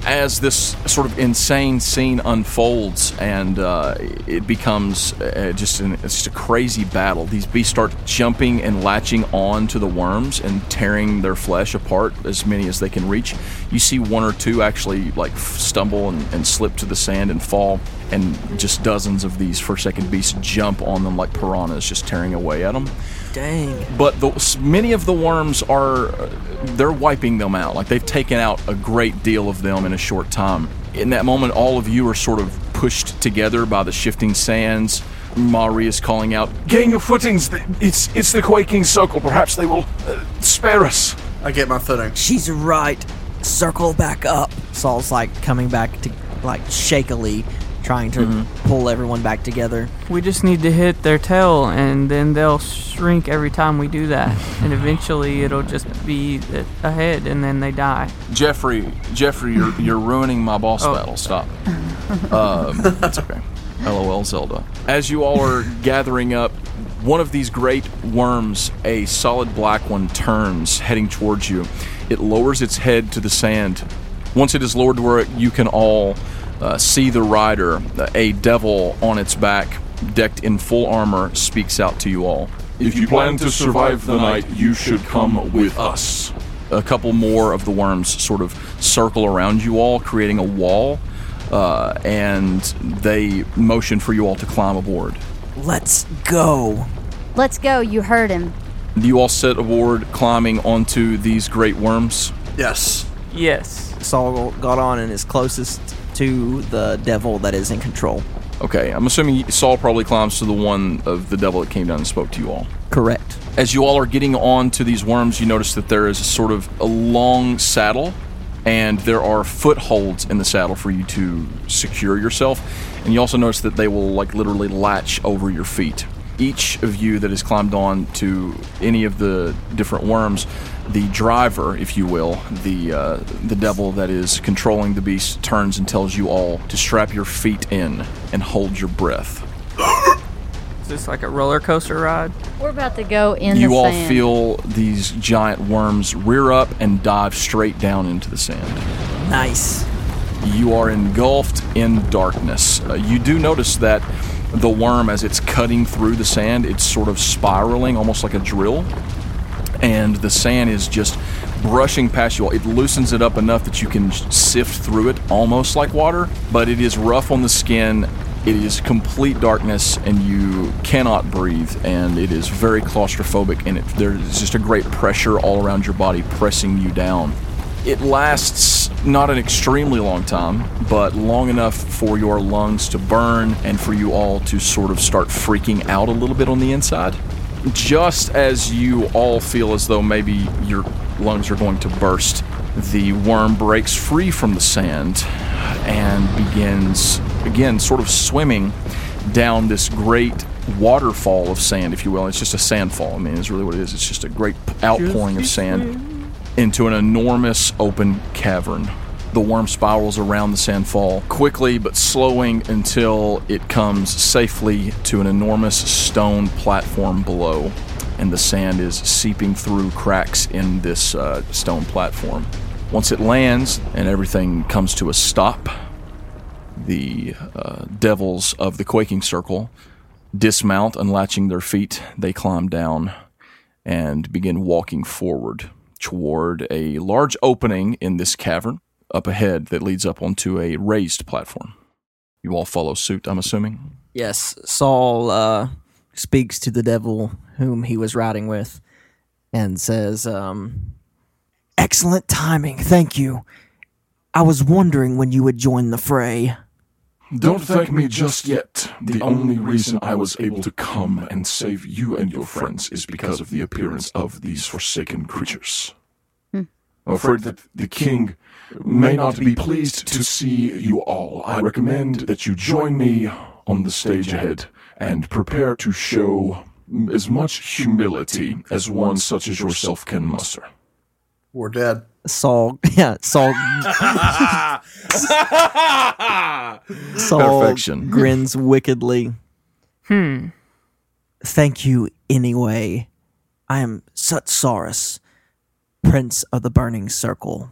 Speaker 4: as this sort of insane scene unfolds and uh, it becomes uh, just an, it's just a crazy battle, these beasts start jumping and latching on to the worms and tearing their flesh apart as many as they can reach. You see one or two actually like f- stumble and, and slip to the sand and fall, and just dozens of these forsaken beasts jump on them like piranhas, just tearing away at them
Speaker 3: Dang.
Speaker 4: but the, many of the worms are uh, they're wiping them out like they've taken out a great deal of them in a short time in that moment all of you are sort of pushed together by the shifting sands mari is calling out
Speaker 7: Gain your footings. th- It's it's the quaking circle. Perhaps they will uh, spare us.
Speaker 2: I get my footing.
Speaker 3: She's right. Circle back up. Saul's like coming back to like shakily trying to pull everyone back together.
Speaker 1: We just need to hit their tail, and then they'll shrink every time we do that. And eventually, it'll just be a a head, and then they die.
Speaker 4: jeffrey jeffrey you're, you're ruining my boss battle stop um, that's okay lol zelda as you all are gathering up one of these great worms a solid black one turns heading towards you it lowers its head to the sand once it is lowered to where you can all uh, see the rider uh, a devil on its back decked in full armor speaks out to you all
Speaker 6: If you plan to survive the night, you should come with us.
Speaker 4: a couple more of the worms sort of circle around you all, creating a wall, uh, and they motion for you all to climb aboard.
Speaker 3: Let's go.
Speaker 5: Let's go. You heard him.
Speaker 4: You all set aboard, climbing onto these great worms.
Speaker 2: Yes.
Speaker 1: Yes.
Speaker 3: Saul got on and is closest to the devil that is in control.
Speaker 4: Okay, I'm assuming Saul probably climbs to the one of the devil that came down and spoke to you all.
Speaker 3: Correct.
Speaker 4: As you all are getting on to these worms, you notice that there is a sort of a long saddle, and there are footholds in the saddle for you to secure yourself. And you also notice that they will like literally latch over your feet. each of you that has climbed on to any of the different worms, the driver, if you will, the uh, the devil that is controlling the beast, turns and tells you all to strap your feet in and hold your breath.
Speaker 1: Is this like a roller coaster ride?
Speaker 5: We're about to go in
Speaker 4: you
Speaker 5: the
Speaker 4: all
Speaker 5: sand.
Speaker 4: feel these giant worms rear up and dive straight down into the sand.
Speaker 3: Nice.
Speaker 4: you are engulfed in darkness. Uh, you do notice that the worm, as it's cutting through the sand, it's sort of spiraling, almost like a drill, and the sand is just brushing past you all. It loosens it up enough that you can sift through it almost like water, but it is rough on the skin. It is complete darkness, and you cannot breathe, and it is very claustrophobic, and it, there's just a great pressure all around your body pressing you down. It lasts not an extremely long time, but long enough for your lungs to burn and for you all to sort of start freaking out a little bit on the inside. Just as you all feel as though maybe your lungs are going to burst, the worm breaks free from the sand and begins, again, sort of swimming down this great waterfall of sand, if you will. It's just a sandfall. I mean, it's really what it is. It's just a great outpouring of sand into an enormous open cavern. The worm spirals around the sandfall quickly but slowing until it comes safely to an enormous stone platform below, and the sand is seeping through cracks in this uh, stone platform. Once it lands and everything comes to a stop, the uh, devils of the quaking circle dismount, unlatching their feet. They climb down and begin walking forward toward a large opening in this cavern up ahead that leads up onto a raised platform. You all follow suit, I'm assuming.
Speaker 3: Yes, Saul uh, speaks to the devil whom he was riding with and says, um, Excellent timing, thank you. I was wondering when you would join the fray.
Speaker 6: Don't thank me just yet. The only reason I was able to come and save you and your friends is because of the appearance of these forsaken creatures. I'm afraid that the king may not be pleased to see you all. I recommend that you join me on the stage ahead and prepare to show as much humility as one such as yourself can muster.
Speaker 2: We're dead.
Speaker 3: Saul, yeah, Saul. Saul
Speaker 4: Perfection.
Speaker 3: grins wickedly. Hmm. Thank you anyway. I am Sutsaurus, Prince of the Burning Circle.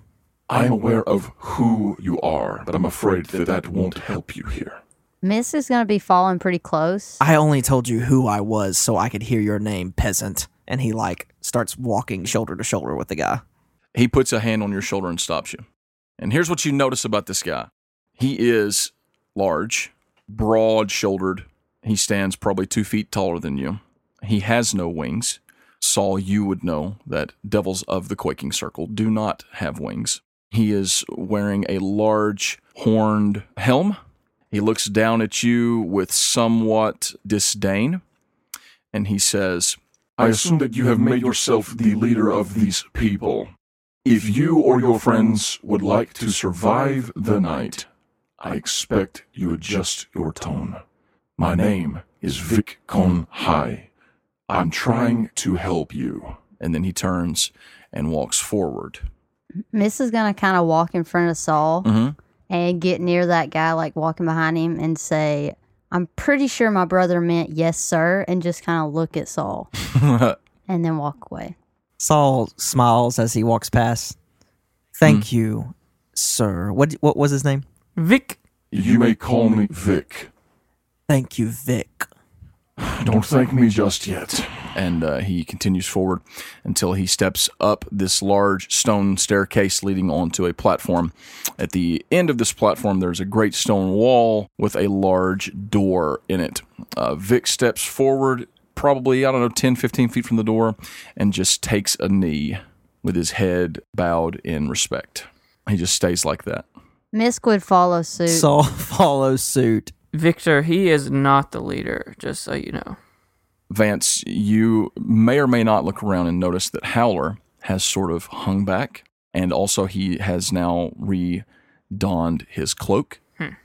Speaker 6: I am aware of who you are, but I'm afraid that that won't help you here.
Speaker 5: Miss is gonna be falling pretty close.
Speaker 3: I only told you who I was so I could hear your name, peasant. And he like starts walking shoulder to shoulder with the guy.
Speaker 4: He puts a hand on your shoulder and stops you. And here's what you notice about this guy he is large, broad shouldered. He stands probably two feet taller than you. He has no wings. Saul, you would know that devils of the quaking circle do not have wings. He is wearing a large horned helm. He looks down at you with somewhat disdain and he says,
Speaker 6: I assume that you have made yourself the leader of these people. If you or your friends would like to survive the night, I expect you adjust your tone. My name is Vic Con Hai. I'm trying to help you.
Speaker 4: And then he turns and walks forward.
Speaker 5: Miss is gonna kind of walk in front of Saul
Speaker 4: Mhm.
Speaker 5: and get near that guy, like walking behind him, and say, "I'm pretty sure my brother meant yes, sir," and just kind of look at Saul, and then walk away.
Speaker 3: Saul smiles as he walks past. Thank you, sir. What what was his name?
Speaker 1: Vic,
Speaker 6: You may call me Vic.
Speaker 3: Thank you, Vic.
Speaker 6: Don't thank me just yet.
Speaker 4: and uh, he continues forward until he steps up this large stone staircase leading onto a platform. At the end of this platform, there's a great stone wall with a large door in it. Uh, Vic steps forward, probably, I don't know, 10, 15 feet from the door, and just takes a knee with his head bowed in respect. He just stays like that.
Speaker 5: Miss would follow suit.
Speaker 3: Saul follows suit.
Speaker 1: Victor, he is not the leader, just so you know.
Speaker 4: Vance, you may or may not look around and notice that Howler has sort of hung back, and also he has now re-donned his cloak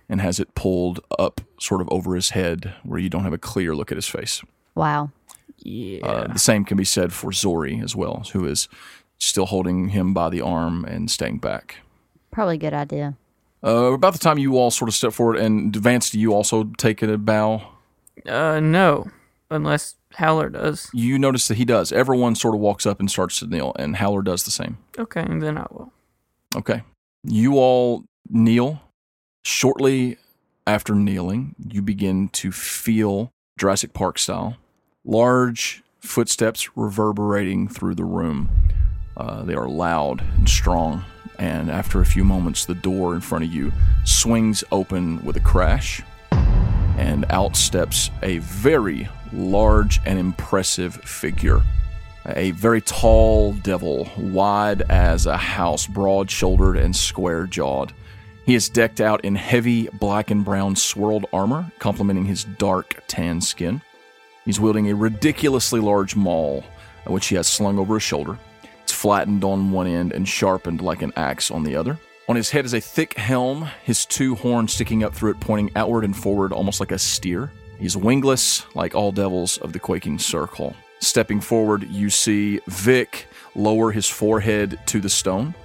Speaker 4: and has it pulled up sort of over his head where you don't have a clear look at his face.
Speaker 5: Wow.
Speaker 1: Yeah.
Speaker 4: Uh, the same can be said for Zori as well, who is still holding him by the arm and staying back.
Speaker 5: Probably a good idea.
Speaker 4: Uh, about the time you all sort of step forward, and Vance, do you also take a bow?
Speaker 1: Uh, no, unless Howler does.
Speaker 4: You notice that he does. Everyone sort of walks up and starts to kneel, and Howler does the same.
Speaker 1: Okay, then I will.
Speaker 4: Okay. You all kneel. Shortly after kneeling, you begin to feel Jurassic Park style large footsteps reverberating through the room. Uh, they are loud and strong. And after a few moments, the door in front of you swings open with a crash, and out steps a very large and impressive figure. A very tall devil, wide as a house, broad shouldered and square jawed. He is decked out in heavy black and brown swirled armor, complementing his dark tan skin. He's wielding a ridiculously large maul, uh, which he has slung over his shoulder. It's flattened on one end and sharpened like an axe on the other. On his head is a thick helm, his two horns sticking up through it, pointing outward and forward, almost like a steer. He's wingless, like all devils of the Quaking Circle. Stepping forward, you see Vic lower his forehead to the stone,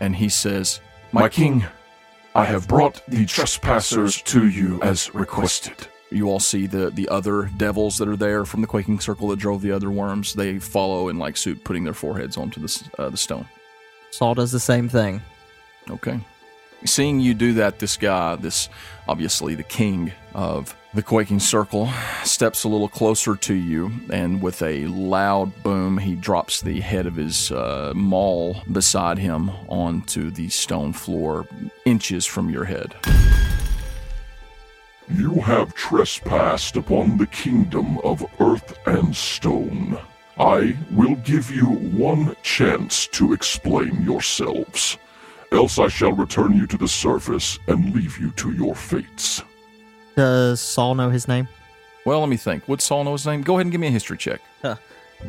Speaker 4: and he says,
Speaker 6: My king, I have brought the trespassers to you as requested.
Speaker 4: you all see the the other devils that are there from the quaking circle that drove the other worms. They follow in like suit, putting their foreheads onto the s- uh, the stone.
Speaker 3: Saul does the same thing.
Speaker 4: Okay. Seeing you do that, this guy, this obviously the king of the quaking circle, steps a little closer to you, and with a loud boom, he drops the head of his uh, maul beside him onto the stone floor, inches from your head.
Speaker 6: You have trespassed upon the kingdom of earth and stone. I will give you one chance to explain yourselves, else I shall return you to the surface and leave you to your fates.
Speaker 3: Does Saul know his name?
Speaker 4: Well, let me think. Would Saul know his name? Go ahead and give me a history check.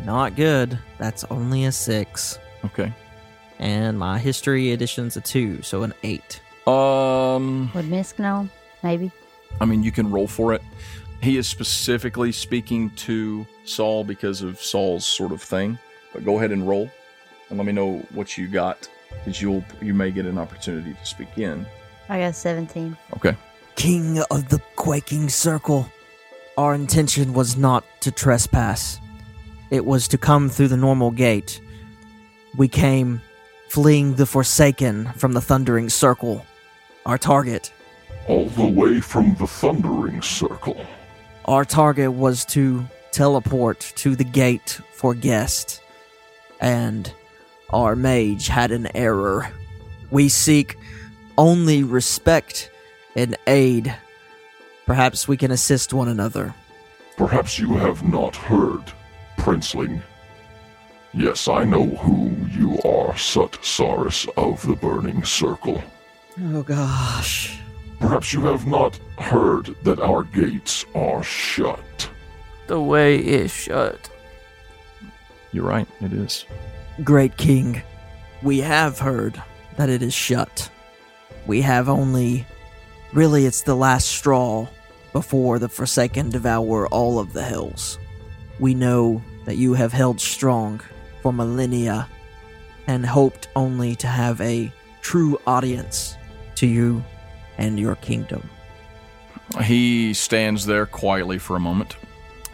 Speaker 3: Not good. That's only a six.
Speaker 4: Okay.
Speaker 3: And my history edition's a two, so an eight.
Speaker 4: Um,
Speaker 5: Would Misk know? 'em? Maybe.
Speaker 4: I mean, you can roll for it. He is specifically speaking to Saul because of Saul's sort of thing. But go ahead and roll, and let me know what you got, because you'll you may get an opportunity to speak in.
Speaker 5: I got 17.
Speaker 4: Okay.
Speaker 3: King of the Quaking Circle, our intention was not to trespass. It was to come through the normal gate. We came fleeing the Forsaken from the Thundering Circle, our target.
Speaker 6: All the way from the Thundering Circle.
Speaker 3: Our target was to teleport to the gate for guest, and our mage had an error. We seek only respect and aid. Perhaps we can assist one another.
Speaker 6: Perhaps you have not heard, Princeling. Yes, I know who you are, Sut Saurus of the Burning Circle.
Speaker 3: Oh gosh.
Speaker 6: Perhaps you have not heard that our gates are shut.
Speaker 1: The way is shut.
Speaker 4: You're right. It is.
Speaker 3: Great King, we have heard that it is shut. We have only. Really, it's the last straw before the Forsaken devour all of the hills. We know that you have held strong for millennia and hoped only to have a true audience to you and your kingdom.
Speaker 4: He stands there quietly for a moment.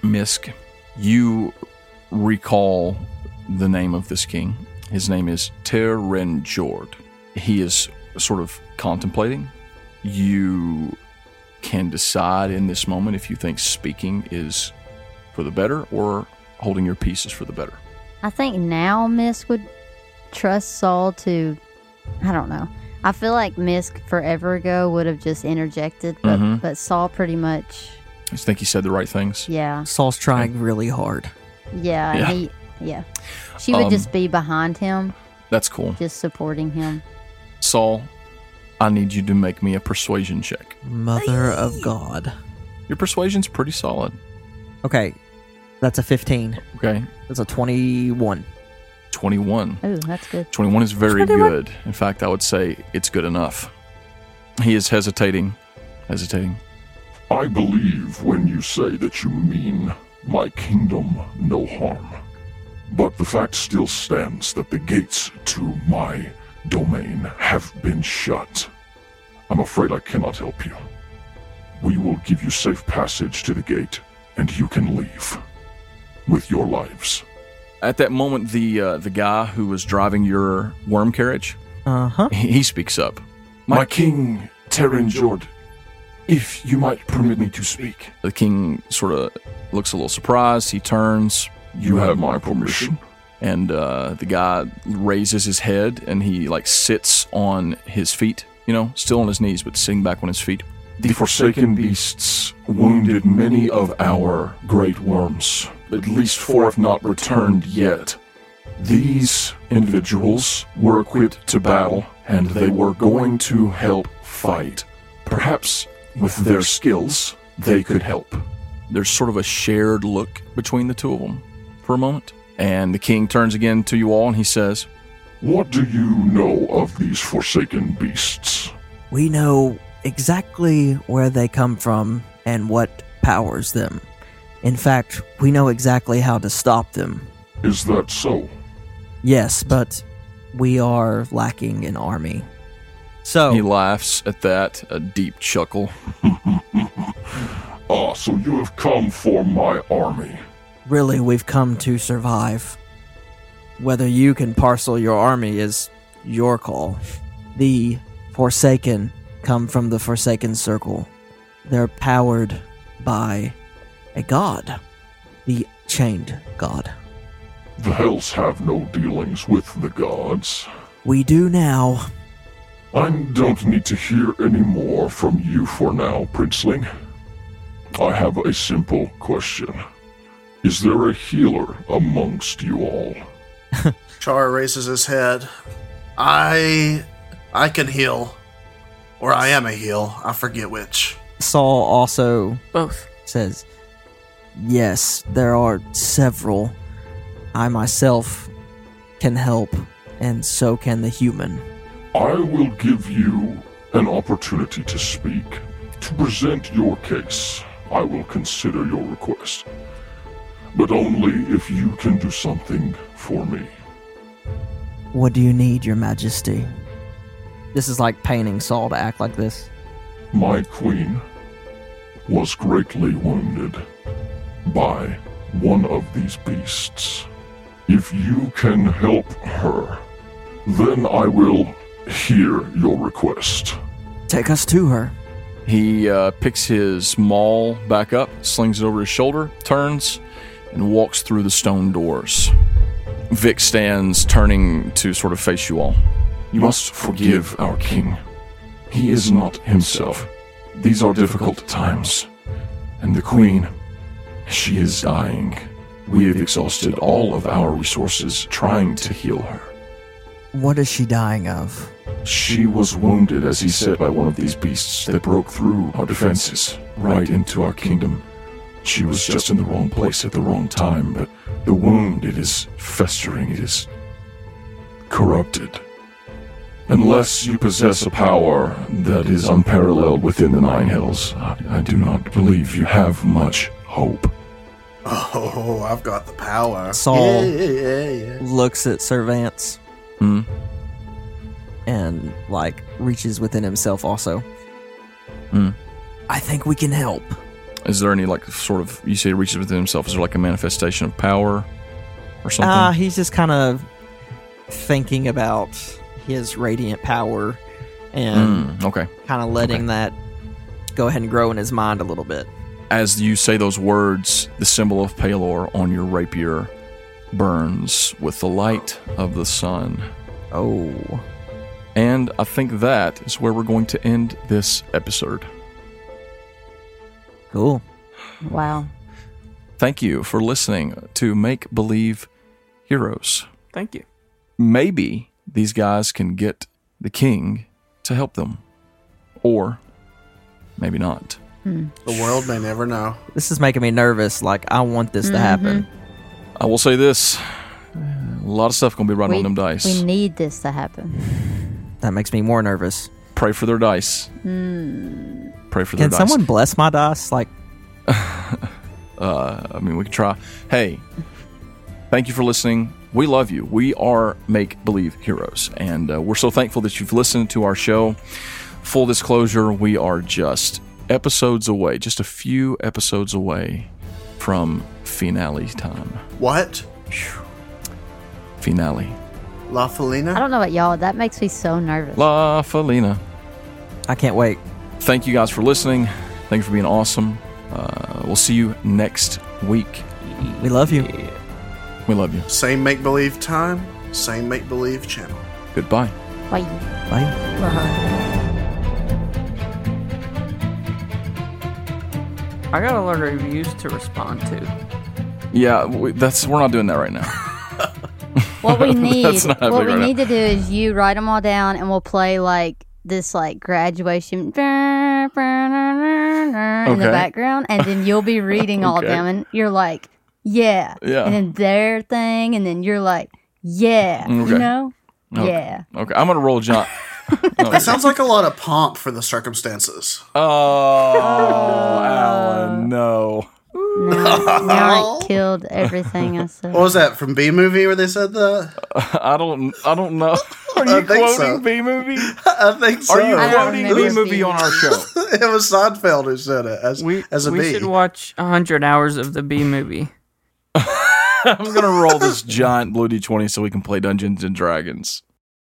Speaker 4: Misk, you recall the name of this king. His name is Terenjord. He is sort of contemplating. You can decide in this moment if you think speaking is for the better or holding your peace is for the better.
Speaker 5: I think now Misk would trust Saul to. I don't know. I feel like Misk forever ago would have just interjected, but, but Saul pretty much.
Speaker 4: I think he said the right things.
Speaker 5: Yeah.
Speaker 3: Saul's trying really hard.
Speaker 5: Yeah. and
Speaker 4: Yeah.
Speaker 5: He, yeah. She would
Speaker 4: Um,
Speaker 5: just be behind him,
Speaker 4: That's cool.
Speaker 5: just supporting him.
Speaker 4: Saul, I need you to make me a persuasion check.
Speaker 3: Mother of God.
Speaker 4: Your persuasion's pretty solid.
Speaker 3: Okay, that's a 15.
Speaker 4: Okay.
Speaker 3: That's a 21.
Speaker 4: 21.
Speaker 5: Ooh, that's good.
Speaker 4: 21 is very good. In fact, I would say it's good enough. He is hesitating. Hesitating.
Speaker 6: I believe when you say that you mean my kingdom no harm. But the fact still stands that the gates to my domain have been shut. I'm afraid I cannot help you. We will give you safe passage to the gate, and you can leave. With your lives.
Speaker 4: At that moment, the uh, the guy who was driving your worm carriage,
Speaker 3: Uh huh.
Speaker 4: he, he speaks up.
Speaker 6: My king, Terran Jord, if you might permit me to speak,
Speaker 4: The king sort of looks a little surprised. He turns,
Speaker 6: you have my permission.
Speaker 4: and uh, the guy raises his head and he like sits on his feet. You know, still on his knees, but sitting back on his feet.
Speaker 6: The Forsaken Beasts wounded many of our great worms. At least four have not returned yet. These individuals were equipped to battle, and they were going to help fight. Perhaps with their skills, they could help.
Speaker 4: There's sort of a shared look between the two of them for a moment. And the king turns again to you all and he says,
Speaker 6: What do you know of these Forsaken Beasts?
Speaker 3: We know exactly where they come from and what powers them. In fact, we know exactly how to stop them.
Speaker 6: Is that so?
Speaker 3: Yes, but we are lacking an army. So,
Speaker 4: He laughs at that, a deep chuckle.
Speaker 6: Ah, so you have come for my army.
Speaker 3: really, we've come to survive. Whether you can parcel your army is your call. The Forsaken come from the Forsaken Circle. They're powered by a god, the Chained God.
Speaker 6: The Hells have no dealings with the gods.
Speaker 3: We do now.
Speaker 6: I don't need to hear any more from you for now, Princeling. I have a simple question. Is there a healer amongst you all?
Speaker 2: Char raises his head. I I can heal. Or I am a heal. I forget which.
Speaker 3: Saul also
Speaker 1: Both.
Speaker 3: says, Yes, there are several. I myself can help, and so can the human.
Speaker 6: I will give you an opportunity to speak, to present your case. I will consider your request, but only if you can do something for me.
Speaker 3: What do you need, Your Majesty? This is like painting Saul to act like this.
Speaker 6: My queen was greatly wounded by one of these beasts. If you can help her, then I will hear your request.
Speaker 3: Take us to her.
Speaker 4: He uh, picks his maul back up, slings it over his shoulder, turns, and walks through the stone doors. Vic stands, turning to sort of face you all.
Speaker 6: You must forgive our king. He is not himself. These are difficult times. And the queen, she is dying. We have exhausted all of our resources trying to heal her.
Speaker 3: What is she dying of?
Speaker 6: She was wounded, as he said, by one of these beasts that broke through our defenses, right into our kingdom. She was just in the wrong place at the wrong time, but the wound, it is festering, it is corrupted. Unless you possess a power that is unparalleled within the Nine Hells, I, I do not believe you have much hope.
Speaker 2: Oh, I've got the power.
Speaker 3: Saul.
Speaker 2: Yeah, yeah, yeah.
Speaker 3: Looks at Servance
Speaker 4: Hmm?
Speaker 3: and, like, reaches within himself also.
Speaker 4: Hmm.
Speaker 3: I think we can help.
Speaker 4: Is there any like sort of you say he reaches within himself? Is there like a manifestation of power or something?
Speaker 3: Ah, he's just kind of thinking about his radiant power and
Speaker 4: Mm, okay.
Speaker 3: kind of letting that go ahead and grow in his mind a little bit.
Speaker 4: As you say those words, the symbol of Palor on your rapier burns with the light of the sun.
Speaker 3: Oh.
Speaker 4: And I think that is where we're going to end this episode.
Speaker 3: Cool.
Speaker 5: Wow.
Speaker 4: Thank you for listening to Make Believe Heroes.
Speaker 1: Thank you.
Speaker 4: Maybe these guys can get the king to help them, or maybe not.
Speaker 2: The world may never know.
Speaker 3: This is making me nervous. Like, I want this to happen.
Speaker 4: I will say this: a lot of stuff gonna be riding
Speaker 5: we,
Speaker 4: on them dice.
Speaker 5: we need this to happen.
Speaker 3: That makes me more nervous.
Speaker 4: Pray for their
Speaker 5: Hmm.
Speaker 4: dice. Pray for their
Speaker 3: Can
Speaker 4: dice.
Speaker 3: someone bless my dice? Like,
Speaker 4: Uh, I mean, we could try. Hey, thank you for listening. We love you. We are make believe heroes, and uh, we're so thankful that you've listened to our show. Full disclosure: we are just episodes away, just a few episodes away from finale time.
Speaker 2: What?
Speaker 4: Finale.
Speaker 2: La
Speaker 5: I
Speaker 2: Felina?
Speaker 5: don't know about y'all. That makes me so nervous.
Speaker 4: La Felina.
Speaker 3: I can't wait.
Speaker 4: Thank you guys for listening. Thank you for being awesome. Uh, we'll see you next week.
Speaker 3: We love you.
Speaker 4: We love you.
Speaker 2: Same make believe time, same make believe channel.
Speaker 4: Goodbye.
Speaker 5: Why?
Speaker 3: Bye.
Speaker 1: I got a lot of reviews to respond to.
Speaker 4: Yeah, we, that's we're not doing that right now.
Speaker 5: What we need,
Speaker 4: That's not
Speaker 5: what
Speaker 4: happening
Speaker 5: we
Speaker 4: right now.
Speaker 5: need to do is you write them all down, and we'll play like this, like graduation in the
Speaker 4: Okay.
Speaker 5: background, and then you'll be reading all of
Speaker 4: Okay.
Speaker 5: them, and you're like, yeah,
Speaker 4: Yeah.
Speaker 5: and then their thing, and then you're like, yeah,
Speaker 4: Okay.
Speaker 5: you know,
Speaker 4: Okay.
Speaker 5: yeah.
Speaker 4: Okay, I'm gonna roll John.
Speaker 2: That sounds like a lot of pomp for the circumstances.
Speaker 4: Oh, Alan, no.
Speaker 5: No, now I killed everything I said.
Speaker 2: What was that from B movie where they said that?
Speaker 4: I don't. I don't know. Are
Speaker 2: I think
Speaker 4: you quoting
Speaker 2: so.
Speaker 4: B movie?
Speaker 2: I think so.
Speaker 4: Are you
Speaker 5: I don't
Speaker 4: quoting
Speaker 5: remember
Speaker 4: B movie
Speaker 5: seeing
Speaker 4: on our show?
Speaker 2: it was Seinfeld who said it as,
Speaker 1: We
Speaker 2: as a
Speaker 1: we
Speaker 2: bee.
Speaker 1: should watch hundred hours of the B movie.
Speaker 4: I'm gonna roll this giant blue d20 so we can play Dungeons and Dragons.